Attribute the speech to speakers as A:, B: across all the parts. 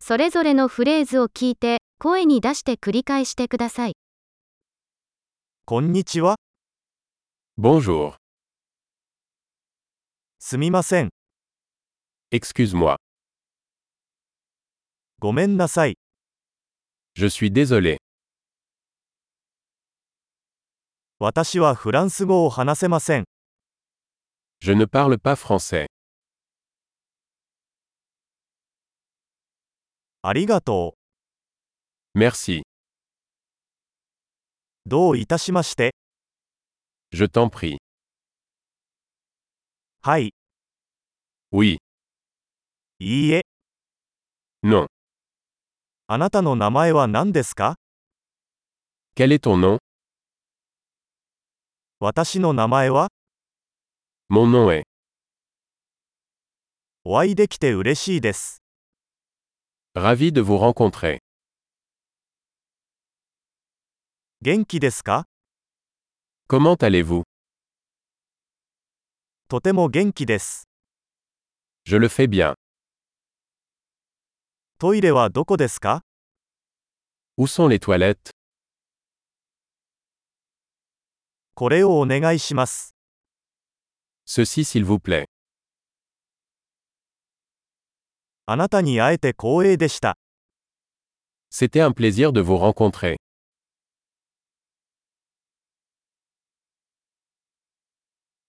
A: それぞれのフレーズを聞いて、声に出して繰り返してください。
B: こんにちは、
C: Bonjour.
B: すみません、
C: Excuse-moi.
B: ごめんなさい、
C: Je suis désolé.
B: 私はフランス語を話せません、
C: Je ne parle pas français.
B: ありがと
C: Merci.
B: う、どういたしまして、
C: Je t'en prie.
B: はい、
C: Oui.
B: いいえ、
C: Non.
B: あなたの名前は何ですか
C: Quel est ton nom
B: 私の名前は、
C: Mon nom est.
B: お会いできて嬉しいです。
C: Ravi de vous rencontrer.
B: 元気ですか
C: Comment allez-vous
B: とても元気です。
C: Je le fais bien.
B: トイレはどこですか
C: Où sont les toilettes
B: これをお願いします。
C: Ceci s'il vous plaît.
B: あなたに会えて光栄でした。
C: C'était un plaisir de vous rencontrer.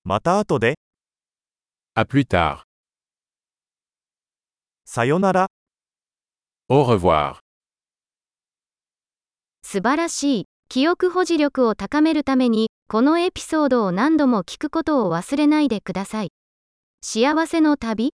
B: また後で、
C: À plus tard.
B: さよなら。
C: Au revoir.
A: 素晴らしい。記憶保持力を高めるために、このエピソードを何度も聞くことを忘れないでください。幸せの旅